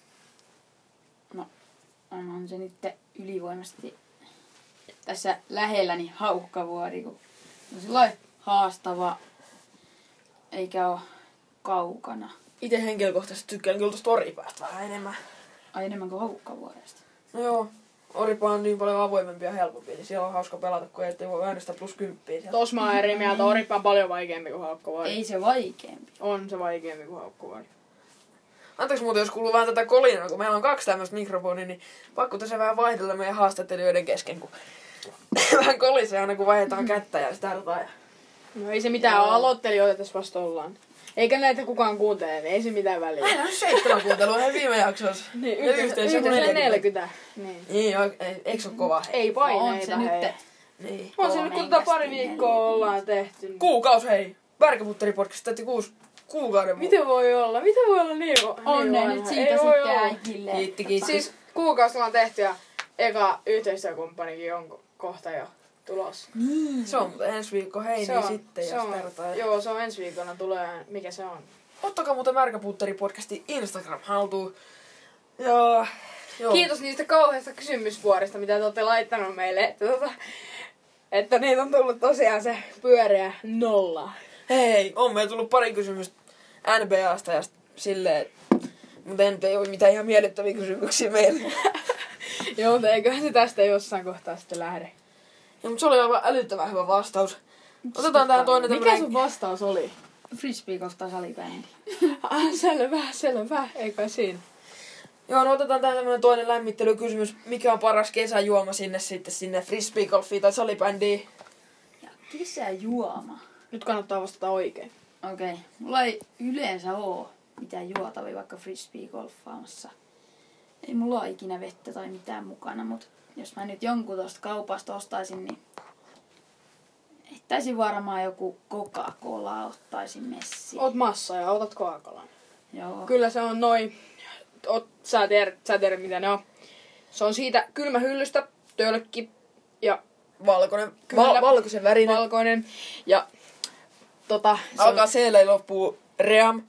Onhan se nyt ylivoimasti tässä lähellä niin hauhkavuori, kun se on silloin haastava eikä ole kaukana.
Itse henkilökohtaisesti tykkään kyllä tuosta oripäästä vähän enemmän.
Ai enemmän kuin haukkavuoresta.
No joo, oripa on niin paljon avoimempi ja helpompi, niin siellä on hauska pelata, kun ei voi äänestää plus kymppiä siellä.
Tos mä oon eri mieltä, Orippa on paljon vaikeampi kuin haukkovaari.
Ei se vaikeampi.
On se vaikeampi kuin haukkovaari.
Anteeksi muuten, jos kuuluu vähän tätä kolinaa, kun meillä on kaksi tämmöistä mikrofonia, niin pakko tässä vähän vaihdella meidän haastattelijoiden kesken, kun vähän kolisee aina, kun vaihdetaan kättä ja startaa. Ja...
No ei se mitään ole, aloittelijoita tässä vasta ollaan. Eikä näitä kukaan kuuntele, niin ei se mitään väliä.
Meillä on seitsemän kuuntelua ihan viime jaksossa.
Niin,
Ja yhteensä
yhteensä, yhteensä
40.
40. Niin.
Niin, joo, ei, eikö se ole kova?
Ei paineita,
on se
hei.
nyt.
Niin.
On se nyt, kun tätä pari viikkoa ollaan tehty. niin-
Kuukaus, hei! Värkäputteripodcast täytti kuusi kuukauden mu-
Miten voi olla? Miten voi olla niin, niin
Onnea
vanha?
nyt
Ei
siitä
voi
sitten
olla.
äikille.
Kiitti, kiitti.
Siis kuukausi ollaan tehty ja eka yhteistyökumppanikin on ko- kohta jo tulossa.
Se on muuten ensi viikko, hei, niin sitten
se
ja
on,
startaa.
Joo, se on ensi viikolla tulee. Mikä se on?
Ottakaa muuten Märkäputteripodcastin Instagram haltuun. Ja... Joo.
Kiitos niistä kauheista kysymysvuorista, mitä te olette laittanut meille. Että, tota, että niitä on tullut tosiaan se pyöreä nolla.
Hei, on meillä tullut pari kysymystä NBAsta ja sit silleen, mutta en ei ole mitään ihan miellyttäviä kysymyksiä meille.
Joo, mutta eiköhän se tästä jossain kohtaa sitten lähde.
Ja, mutta se oli aivan älyttömän hyvä vastaus. Otetaan tähän toinen
Mikä sun vastaus oli?
Frisbee kohtaa salibändi.
Ah, selvä, selvä. Eikä siinä.
Joo, no otetaan tähän tämmönen toinen lämmittelykysymys. Mikä on paras kesäjuoma sinne sitten, sinne frisbeegolfiin tai salibändiin?
Ja kesäjuoma.
Nyt kannattaa vastata oikein.
Okei. Okay. Mulla ei yleensä oo mitään juotavia vaikka frisbee golfaamassa. Ei mulla oo ikinä vettä tai mitään mukana, mut jos mä nyt jonkun tosta kaupasta ostaisin, niin heittäisin varmaan joku Coca-Cola ottaisin messiin.
Oot massa ja otat koakalan.
Joo.
Kyllä se on noin. Oot, sä, tiedät, sä tiedät, mitä ne on. Se on siitä kylmähyllystä, tölkki ja
Valkoinen.
Kyllä.
Val- valkoisen värinen. Val-
valkoinen. Ja tota, se on-
Alkaa siellä ja loppuu ream.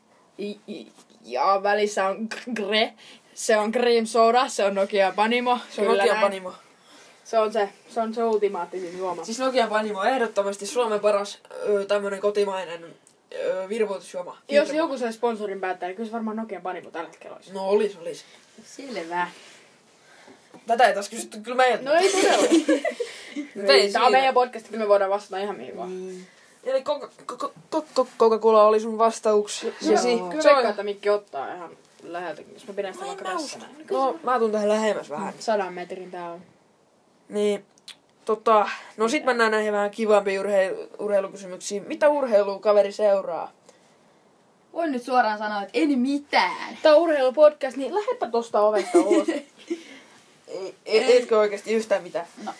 I- i- ja välissä on gr- gre. Se on cream soda, se on Nokia Panimo.
Se on
Kyllä
Nokian
näin.
panimo.
Se on se, se on se ultimaattisin juoma.
Siis Nokian panimo on ehdottomasti Suomen paras ö, tämmönen kotimainen ö, virvoitusjuoma. Niin
Jos joku se sponsorin päättää, niin kyllä se varmaan Nokian Panimo tällä hetkellä olisi.
No olis, olis.
Selvä.
Tätä ei taas kysytty kyllä meidän.
No ei todella.
Mut ei
Tämä on
siinä.
meidän podcast, kyllä me voidaan vastata ihan mihin vaan.
Eli Coca- Coca- Coca- Coca-Cola oli sun vastauksesi.
Joo,
Si-
kyllä
se on-
veikkaan, että Mikki ottaa ihan läheltäkin, jos mä pidän sitä vaikka tässä.
No, mä tuun tähän lähemmäs vähän.
Sadan metrin tää on.
Niin, tota, no sit mennään näihin vähän kivampiin urheilu- urheilukysymyksiin. Mitä urheilua kaveri seuraa?
Voin nyt suoraan sanoa, että en mitään.
Tää on urheilupodcast, niin lähdepä tosta ovesta ulos.
Ei, ei, E- etkö oikeasti yhtään mitään?
No,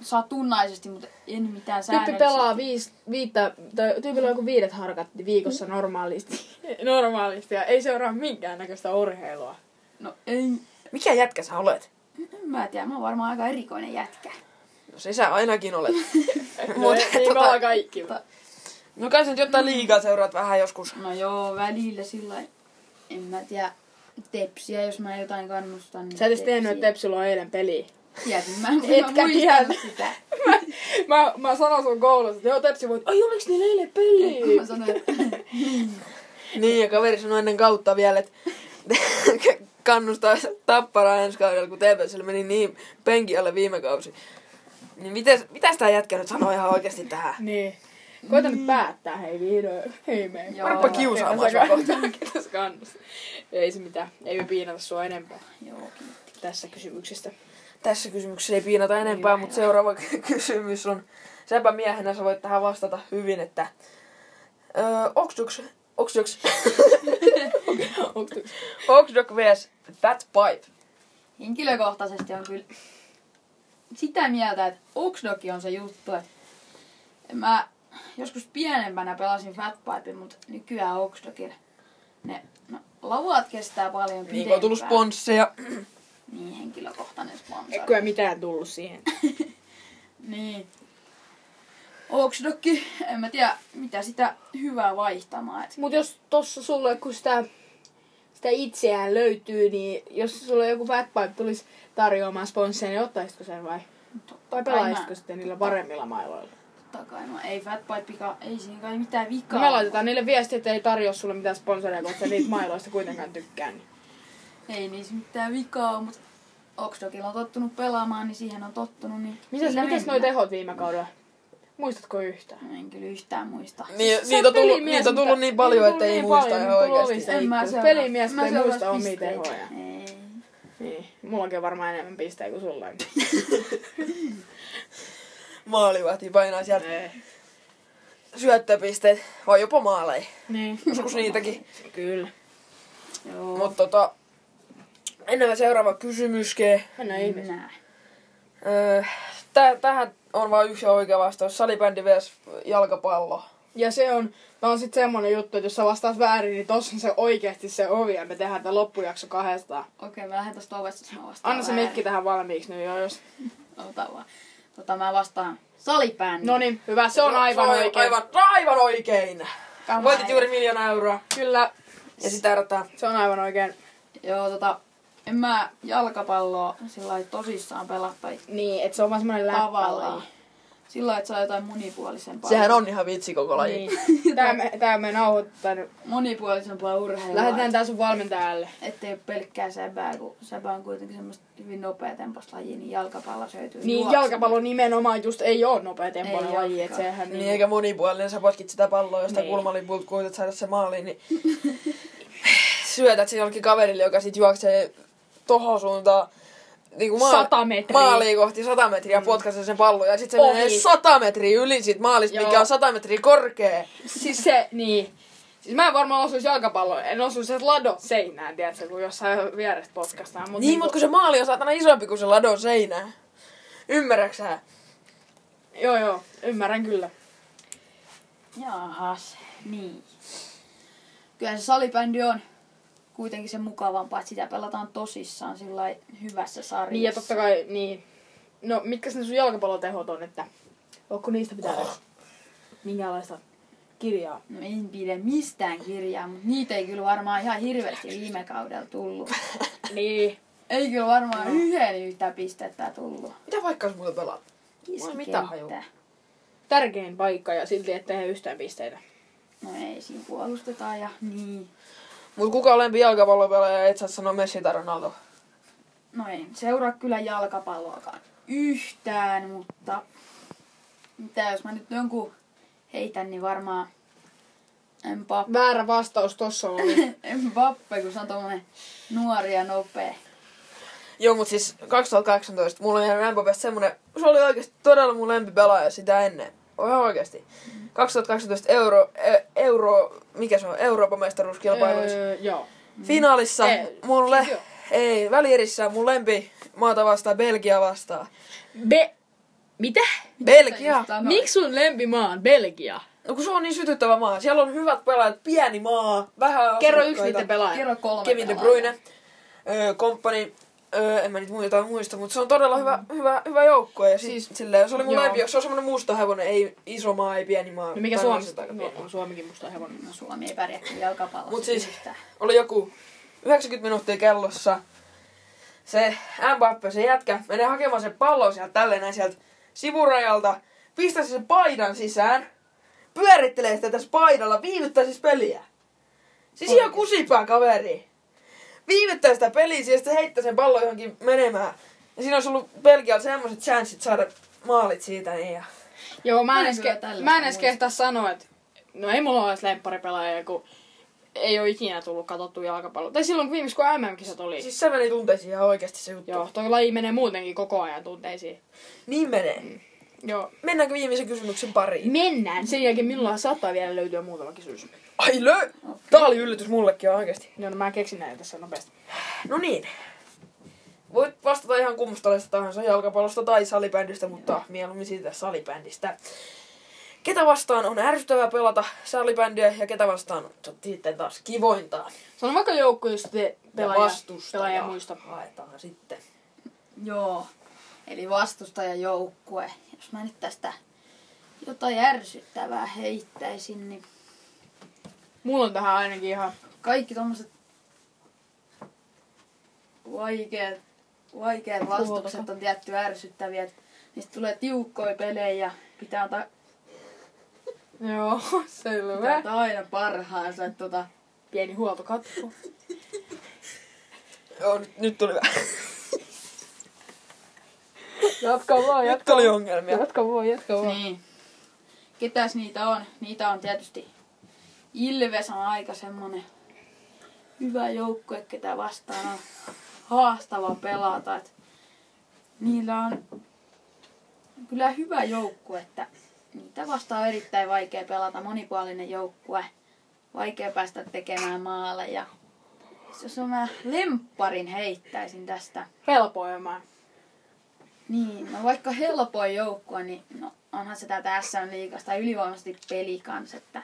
Satunnaisesti, mutta en mitään
Tyyppi
säännöllisesti.
pelaa viis, viittä, tai tyypillä on kuin viidet harkat viikossa normaalisti. normaalisti ja ei seuraa minkäännäköistä urheilua.
No ei.
Mikä jätkä sä olet?
En Mä tiedän, mä oon varmaan aika erikoinen jätkä.
No se sä ainakin olet.
Mut, ei me
tota-
ollaan kaikki.
No kai sä nyt jotain liigaa seuraat vähän joskus.
No joo, välillä sillä lailla. En mä tiedä. Tepsiä, jos mä jotain kannustan. Niin
Sä et edes tiennyt, että
tepsiä.
Tepsillä on eilen peli.
Tiedän, mä en
Etkä
Etkä
tiedä.
muistanut sitä.
Mä, mä sanoin sun koulussa, että joo Tepsi voi, ai oliks niillä eilen peli?
Mä sanoin, että
Niin, ja kaveri sanoi ennen kautta vielä, että kannustaa tapparaa ensi kaudella, kun TPSllä meni niin penki alle viime kausi. Niin mites, mitäs tää jätkä nyt sanoo ihan oikeasti tähän?
niin. Koita nyt päättää, hei vihdoin. Hei me.
Joo.
Ruppa kiusaamaan sua kohta.
Kiitos kannus. Ei se mitään, ei me piinata sua enempää
joo,
tässä kysymyksestä.
Tässä kysymyksessä ei piinata enempää,
Hyvä,
mutta
hyvä.
seuraava ky- kysymys on, säpä miehenä sä voit tähän vastata hyvin, että öö, Oxdux, Oxdux,
Onks
Oxdux vs. That Pipe.
henkilökohtaisesti on kyllä sitä mieltä, että Oxdoki on se juttu, että mä joskus pienempänä pelasin Fatpipe, mutta nykyään Oxdokilla ne no, lavat kestää paljon pidempään.
Niin on tullut sponsseja.
Niin, henkilökohtainen sponsori.
Eikö mitään tullut siihen?
Niin. Oksdokki, en mä tiedä mitä sitä hyvää vaihtamaan. Et
Mut jos tossa sulle, kun sitä, sitä itseään löytyy, niin jos sulle joku Fatpipe tulisi tarjoamaan sponssia, niin ottaisitko sen vai? Vai
kai
pelaisitko
mä-
sitten niillä paremmilla mailoilla?
kannattaa kai. No ei Fatpipeika, ei siinä kai mitään vikaa.
No me laitetaan niille viesti, että ei tarjoa sulle mitään sponsoreja, koska sä niitä mailoista kuitenkaan tykkää. Niin.
Ei niissä mitään vikaa, mutta Oxdogilla on tottunut pelaamaan, niin siihen on tottunut. Niin
Mitäs,
sillä
mitäs
mennään.
noi tehot viime kaudella? Muistatko yhtään?
No En kyllä yhtään muista.
Niin,
Sä
niitä on
oot
tullut,
pelimies,
niitä on tullut
mutta-
niin paljon,
niitä
että ei
on
muista
tullut niin
ihan
paljon,
oikeasti.
niitä on tullut ovista Pelimies, kun ei muista omia tehoja.
Ei.
Niin. Mullakin on varmaan enemmän pisteitä kuin sulla. on.
Maalivahti niin painaa sieltä
Ei.
syöttöpisteet, vai jopa maaleja.
Niin.
Joskus niitäkin.
Kyllä.
Joo.
Mutta tota, ennen seuraava kysymyskee.
Mennään ihmisiin.
Nää.
Öö, tä- tähän on vain yksi oikea vastaus. Salibändi vs. jalkapallo.
Ja se on, tää on sitten semmonen juttu, että jos sä vastaat väärin, niin tossa on se oikeesti se ovi ja me tehdään tää loppujakso kahdestaan.
Okei, mä lähden tosta ovesta, jos mä vastaan
Anna se
väärin.
mikki tähän valmiiksi nyt jo, jos...
Ota vaan. Tota, mä vastaan salipään.
No niin, hyvä, se on aivan
se on
oikein.
Aivan, aivan oikein.
Come
Voitit
on.
juuri miljoona euroa.
Kyllä,
Ja sitä erotaan.
se on aivan oikein.
Joo, tota, en mä jalkapalloa sillä lailla tosissaan pelaa tai
Niin, että se on vaan semmonen
tavallaan.
läppälaji. Sillä
Sillä lailla, että saa jotain monipuolisempaa.
Sehän on ihan vitsi koko laji.
Niin. Tää me, tää me nauhoittaa nyt.
Monipuolisempaa urheilua.
Lähetään tää sun valmentajalle.
Ettei ole pelkkää säbää, kun säbä on kuitenkin semmoista hyvin nopeatempoista lajia, niin jalkapallo söityy
Niin,
juoksemaan.
jalkapallo nimenomaan just ei oo nopea tempoinen
Ei
laji, et
olekaan.
sehän
Niin, eikä monipuolinen, sä potkit sitä palloa, josta
Niin.
niin. kulmalipulta koetat saada se maaliin, niin syötät sen jollekin kaverille, joka sit juoksee tohon suuntaan niin kuin
Sata metriä.
maaliin kohti 100 metriä mm. potkaisee sen pallon ja sitten se
Ohi.
menee 100 metriä yli siitä maalista,
Joo.
mikä on 100 metriä korkea.
Siis se, niin. Siis mä en varmaan osuisi jalkapalloon, en osuisi edes ladon seinään, tiedätkö, kun jossain vierestä potkastaan. Mut niinku-
Mut niin, mutta kun se maali on saatana isompi kuin se ladon seinä. Ymmärräksä?
Joo, joo, ymmärrän kyllä.
Jaahas, niin. Kyllä se salibändi on kuitenkin se mukavampaa, että sitä pelataan tosissaan sillä lailla hyvässä sarjassa.
Niin, ja totta kai, niin. No, mitkä ne sun jalkapallotehot on, että onko niistä pitää minkälaista kirjaa?
No en pidä mistään kirjaa, mutta niitä ei kyllä varmaan ihan hirveästi viime kaudella tullut.
Niin.
Ei kyllä varmaan no. yhden yhtä pistettä tullut.
Mitä vaikka jos muuta pelaat? Mulla ei mitään hajua.
Keskikenttä.
Tärkein paikka ja silti ettei he yhtään pisteitä.
No ei, siinä puolustetaan ja niin.
Mut kuka olempi jalkapallopelaaja et saa sanoa Messi tai Ronaldo?
No en seuraa kyllä jalkapalloakaan yhtään, mutta mitä jos mä nyt jonkun heitän, niin varmaan Mbappe,
Väärä vastaus tossa oli.
Mbappe kun se on tommonen nuori ja nopea.
Joo, mutta siis 2018 mulla on ihan Mbappesta semmonen, se oli oikeasti todella mun lempipelaaja sitä ennen. O- Ihan oikeasti. 2018 euro, e- euro, mikä se on, Euroopan mestaruuskilpailuissa.
Öö, joo.
Finaalissa
Ei,
mulle,
siis joo.
ei, välierissä mun lempi maata vastaan, Belgia vastaan.
Be... Mitä?
Belgia?
Tämä-
Miksi sun lempimaa on Belgia?
No kun se on niin sytyttävä maa, siellä on hyvät pelaajat, pieni maa, vähän
Kerro yksi
asukkaita.
niiden pelaaja.
Kerro kolme
Kevin De
pelaajaa.
Bruyne, öö, komppani, öö, en mä nyt muuta jotain muista, mutta se on todella hyvä, hyvä, hyvä joukkue. Ja siis,
Mm. Siis-
silleen, se oli mun
joo.
lempi, se on semmoinen musta hevonen, ei iso maa, ei pieni maa.
No mikä
Tai
Suomi?
on se aika pieni.
No, Suomikin musta hevonen.
No Suomi ei pärjää kyllä jalkapallossa
Mut siis-
yhtään.
Oli joku 90 minuuttia kellossa. Se Mbappe, se jätkä, menee hakemaan sen pallon sieltä tälleen näin sieltä sivurajalta, pistää sen paidan sisään, pyörittelee sitä tässä paidalla, viivyttää siis peliä. Siis ihan kusipää kaveri. Viivyttää sitä peliä, siis se heittää sen pallon johonkin menemään. Ja siinä olisi ollut Belgialla semmoiset chanssit saada maalit siitä, niin ja...
Joo, mä en,
Mä en
edes,
kyllä
ke-
tällaista
mä en edes
muista.
kehtaa sanoa, että no ei mulla ole edes lempparipelaajia, kun ei ole ikinä tullut katsottu jalkapalloa. Tai silloin kun viimeksi kun MM-kisat oli.
Siis se meni tunteisiin ihan oikeasti se juttu.
Joo, toi laji menee muutenkin koko ajan tunteisiin.
Niin menee.
Joo.
Mennäänkö viimeisen kysymyksen pariin?
Mennään. Sen jälkeen minulla saattaa vielä löytyä muutama kysymys.
Ai lö! Tää oli yllätys mullekin oikeesti.
Joo, no mä keksin näitä tässä nopeasti.
No niin. Voit vastata ihan kummasta lajista tahansa, jalkapallosta tai salibändistä, mutta mieluummin siitä salibändistä. Ketä vastaan on ärsyttävää pelata salibändiä ja ketä vastaan on sitten taas kivointa.
Sano vaikka joukko, jos te
Ja
pelaaja,
vastusta
pelaaja muista.
haetaan sitten.
Joo. Eli vastustajajoukkue. Jos mä nyt tästä jotain ärsyttävää heittäisin, niin
Mulla on tähän ainakin ihan...
kaikki tommoset vaikeat, vaikeat vastukset on tietty ärsyttäviä. et Niistä tulee tiukkoja pelejä ja pitää antaa
Joo, selvä.
Tää on aina parhaansa, että tota,
Pieni huoltokatko.
Joo, nyt, nyt tuli vähän.
Jatka vaan,
Nyt
jatka.
tuli ongelmia.
Jatka vaan, jatka vaan.
Niin. Ketäs niitä on? Niitä on tietysti Ilves on aika semmonen hyvä joukkue, ketä vastaan on haastava pelata. Et niillä on kyllä hyvä joukkue, että niitä vastaan on erittäin vaikea pelata. Monipuolinen joukkue, vaikea päästä tekemään maaleja. Jos mä lempparin heittäisin tästä,
Helpoimaan.
niin, no vaikka helpoin joukkue, niin no, onhan se tätä SM liikasta ylivoimaisesti peli kanssa, että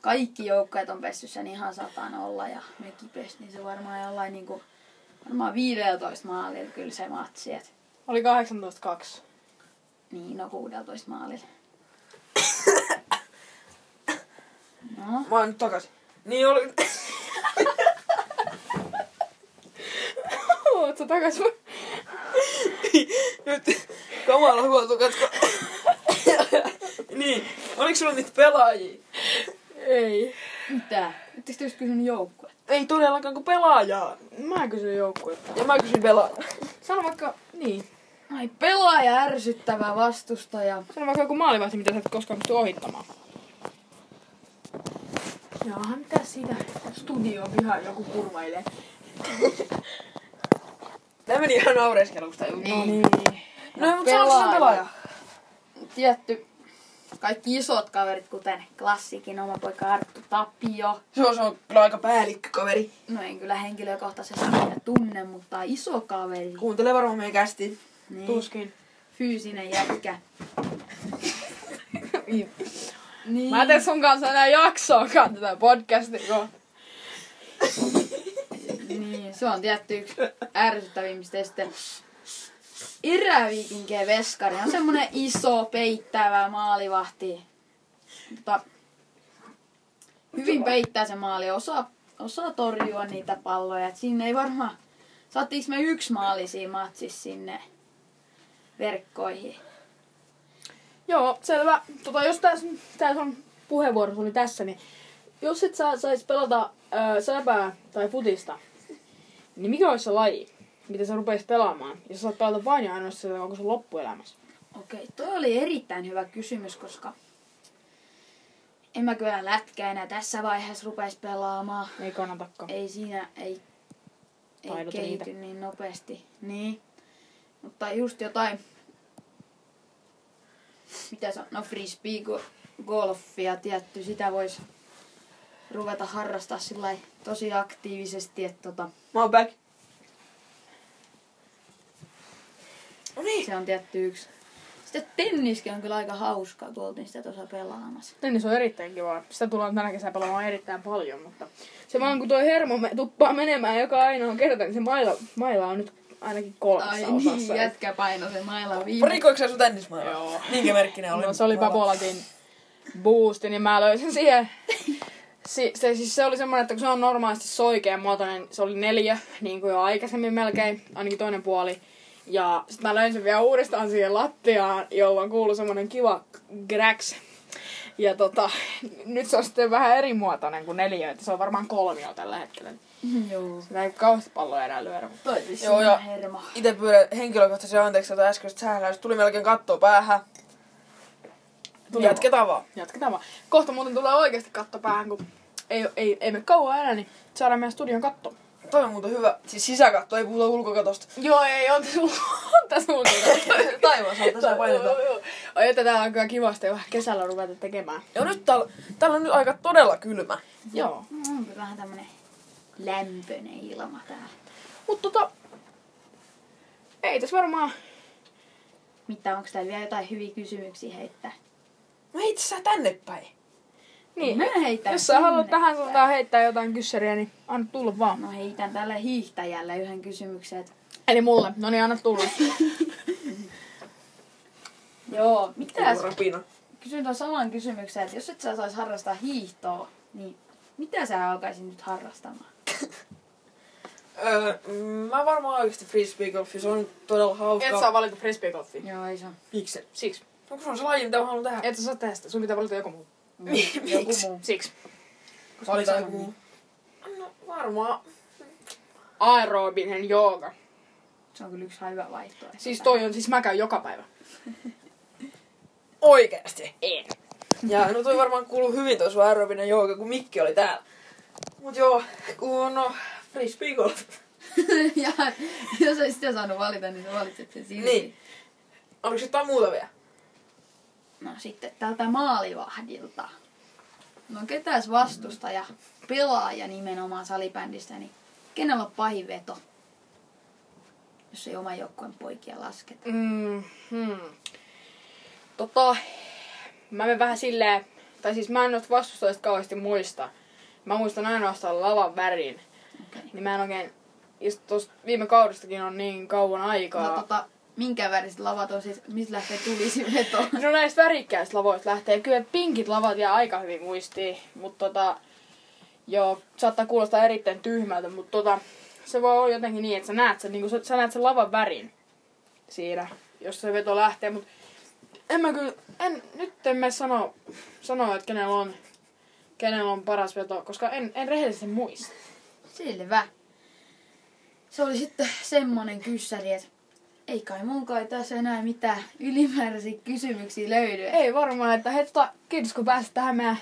kaikki joukkueet on pessyt sen ihan satan olla ja mekin pesti, niin se varmaan jollain niinku, varmaan 15 maalilla kyllä se matsi, et,
Oli 18-2.
niin no 16 maalilla. No,
Mä oon nyt takas. Niin oli...
Oot sä takas?
nyt kamala huoltokatko. niin, oliks sulla niitä pelaajia?
Ei.
mitä? Ettekö te just kysynyt joukkue?
Ei todellakaan kun pelaajaa.
Mä kysyn joukkuetta.
Ja mä kysyn pelaajaa.
Sano vaikka, niin.
Ai pelaaja ärsyttävä vastustaja.
Sano vaikka joku maalivahti, mitä sä et koskaan pysty ohittamaan. Jaahan, mitä siitä studio pihaa joku kurvailee.
Tää meni ihan naureskeluksi tai jotain.
Niin.
No, mutta sanoiko se pelaaja?
tietty, kaikki isot kaverit, kuten klassikin oma poika Arttu Tapio.
Se on, se on kyllä aika päällikkökaveri.
No en kyllä henkilökohtaisesti sitä tunne, mutta iso kaveri.
Kuuntelee varmaan meidän kästi.
Niin,
Tuskin.
fyysinen jätkä. niin.
Mä en tee sun kanssa enää jaksoakaan tätä podcastia. kun-
niin, se on tietty yksi ärsyttävimmistä. Ja sitten eräviikinkien veskari on semmonen iso, peittävä maalivahti. Mutta hyvin peittää se maali, osaa, osaa torjua niitä palloja. Et sinne ei varmaan... Saattiinko me yksi maali siinä matsissa sinne verkkoihin?
Joo, selvä. Tota, jos tässä tää on puheenvuoro oli tässä, niin jos et sä sais pelata öö, säpää tai futista, niin mikä olisi se laji, mitä sä rupeisit pelaamaan? Jos sä saat pelata vain ja ainoastaan sitä koko sun loppuelämässä.
Okei, toi oli erittäin hyvä kysymys, koska en mä kyllä lätkää enää tässä vaiheessa rupeisi pelaamaan.
niin Ei kannatakaan.
Ei siinä, ei, ei
Taidot
kehity niin nopeasti. Niin. Mutta just jotain, mitä se on, no frisbee go- golfia tietty, sitä voisi ruveta harrastaa sillä lailla tosi aktiivisesti, että tota,
Mä oon back. No niin.
se on tietty yksi. Sitten tenniskin on kyllä aika hauskaa, kun oltiin sitä tuossa pelaamassa.
Tennis Niin, on erittäin kivaa. Sitä tullaan tänä kesänä pelaamaan erittäin paljon, mutta se vaan kun toi hermo me- tuppaa menemään joka ainoa kerta, niin se maila, maila on nyt ainakin kolmessa
Ai niin,
osassa.
jätkä paino sen mailan viime.
Rikoiko sä sun tennismailla?
Joo.
Minkä merkkinä oli?
No se oli Papolatin boosti, niin mä löysin siihen. Si- se, siis se oli semmoinen, että kun se on normaalisti soikean muotoinen, se oli neljä, niin kuin jo aikaisemmin melkein, ainakin toinen puoli. Ja sitten mä löin sen vielä uudestaan siihen lattiaan, jolloin kuului semmoinen kiva gräks. Ja tota, nyt se on sitten vähän eri muotoinen kuin neliöitä. Se on varmaan kolmio tällä hetkellä.
Joo.
Sitä ei kauheasti palloa enää lyödä. mutta-
Toi
Joo, ja-
ja... hermo.
Itse pyydän henkilökohtaisen anteeksi tätä äskeistä sähläystä. Tuli melkein kattoo päähän.
Tuli
Jatketaan vaan.
Jatketaan vaan. Kohta muuten tulee oikeasti katto päähän, kun ei, ei, ei me kauan enää, niin saadaan meidän studion katto.
Toi on muuten hyvä. Siis sisäkatto, ei puhuta ulkokatosta.
Joo, ei, on tässä on tässä mun
Taivaan saa tässä painetaan.
Oi, että tää on kyllä kivasta jo kesällä ruveta tekemään.
Ja nyt täällä, täällä on nyt aika todella kylmä.
Joo.
Onko Mm, vähän tämmönen lämpöinen ilma täällä.
Mut tota, ei tässä varmaan...
Mitä, onko täällä vielä jotain hyviä kysymyksiä heittää?
Mä heitä sä tänne päin.
Niin,
Mä heitän
jos sä haluat
Mm.
sinne
tähän
päin.
suuntaan heittää jotain kyssäriä, niin anna tulla vaan.
No heitän tälle hiihtäjälle yhden kysymyksen, että
Eli mulle. No niin, anna tulla.
joo, mitä
Rapina.
kysyn tuon saman kysymyksen, että jos et sä sais harrastaa hiihtoa, niin mitä sä alkaisit nyt harrastamaan?
Öö, mm, mä varmaan oikeesti frisbee golfi, se on todella hauskaa.
Et saa valita frisbeegolfia.
Joo, ei se on.
Miksi?
Siksi.
No kun se on se laji, mitä mä haluan tehdä.
Et sä saa tehdä sitä. Sun pitää valita joku muu.
Joku muu.
Siksi.
Se oli jotain muu. No varmaan.
Aerobinen jooga.
Se on kyllä yksi ihan hyvä vaihtoehto.
Siis toi on, siis mä käyn joka päivä.
Oikeesti.
Ei.
Ja no toi varmaan kuuluu hyvin toi sun aerobinen jooga, kun Mikki oli täällä. Mut joo, kun no frisbee golf.
ja jos ei sitä saanut valita, niin sä valitset sen silti.
Niin. Oliko sit jotain muuta vielä?
No sitten tältä maalivahdilta. No ketäs vastustaja, pelaaja nimenomaan salibändistä, niin kenellä on pahin veto? Jos ei oman joukkueen poikia lasketa.
Mm, hmm. Tota, mä menen vähän silleen, tai siis mä en noista vastustajista kauheasti muista. Mä muistan ainoastaan lavan värin.
Okay.
Niin mä en oikein, just tosta viime kaudestakin on niin kauan aikaa.
No tota, minkä väriset lavat on siis, mistä lähtee tulisi veto?
No näistä värikkäistä lavoista lähtee. Kyllä pinkit lavat jää aika hyvin muistiin, mutta tota, joo, saattaa kuulostaa erittäin tyhmältä, mutta tota, se voi olla jotenkin niin, että sä näet sen, niin kun sä, sä näet sen lavan värin siinä, jos se veto lähtee, mutta en mä kyllä, en, nyt en mä sano, sano että kenellä on, kenellä on paras veto, koska en, en rehellisesti muista.
Selvä. Se oli sitten semmonen kyssäri, että ei kai mun kai tässä enää mitään ylimääräisiä kysymyksiä löydy.
Ei varmaan, että hei tota, kiitos kun pääsit tähän meidän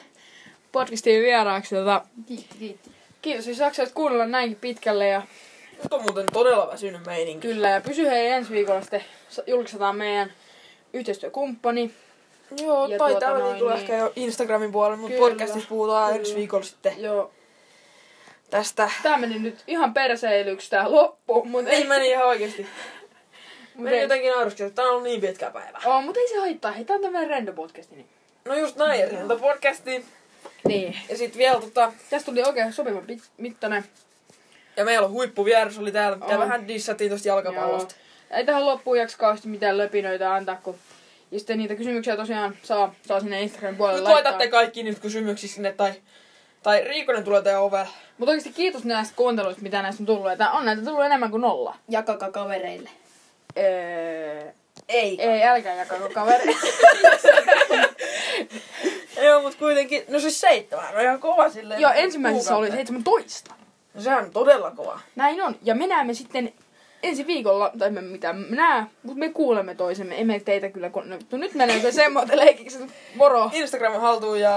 podcastiin vieraaksi. Tota,
Kiitti, kiitti.
kiitos, jos jaksoit kuunnella näinkin pitkälle ja
Nyt on muuten todella väsynyt meininki.
Kyllä, ja pysy hei ensi viikolla sitten sa- julkistetaan meidän yhteistyökumppani.
Joo,
Ja
tai tuota
tuota
täällä
noin,
niin tulee
niin-
ehkä jo Instagramin puolella, mutta
Kyllä.
podcastissa puhutaan
Kyllä.
ensi viikolla sitten
Joo.
tästä.
Tää meni nyt ihan perseilyksi tää loppu, mut
Ei
ei,
meni ihan oikeesti.
mut
Meni
ei,
jotenkin nauriskin, että tää on ollut niin pitkä päivä.
oh, mut ei se haittaa, hei tää on tämmönen rendo podcasti. Niin.
No just näin, ja sitten podcastiin.
niin.
Ja sit vielä tota,
Tästä tuli oikein sopiva pit- mittainen.
ja meillä on huippuvieras oli täällä, mitä
On.
vähän dissattiin tosta jalkapallosta.
Joo. Ei tähän loppuun jaksa kauheasti mitään löpinöitä antaa, kun ja sitten niitä kysymyksiä tosiaan saa, saa sinne Instagramin puolelle
Nyt laitatte kaikki nyt kysymyksiä sinne, tai, tai Riikonen tulee teidän ovelle.
Mutta oikeasti kiitos näistä kuunteluista, mitä näistä on tullut. Ja tää- on näitä tullut enemmän kuin nolla.
Jakakaa kavereille.
Öö,
Ei.
ei, älkää jakako kavereille.
Joo, mut kuitenkin, no siis seitsemän on ihan kova silleen.
Joo, ensimmäisessä oli
kuukautta.
17.
No sehän on todella kova.
Näin on. Ja me näemme sitten ensi viikolla, tai me mitä me näe, mutta me kuulemme toisemme. Emme teitä kyllä, kun... no, nyt menee semmoinen leikiksi, moro!
Instagram haltuun ja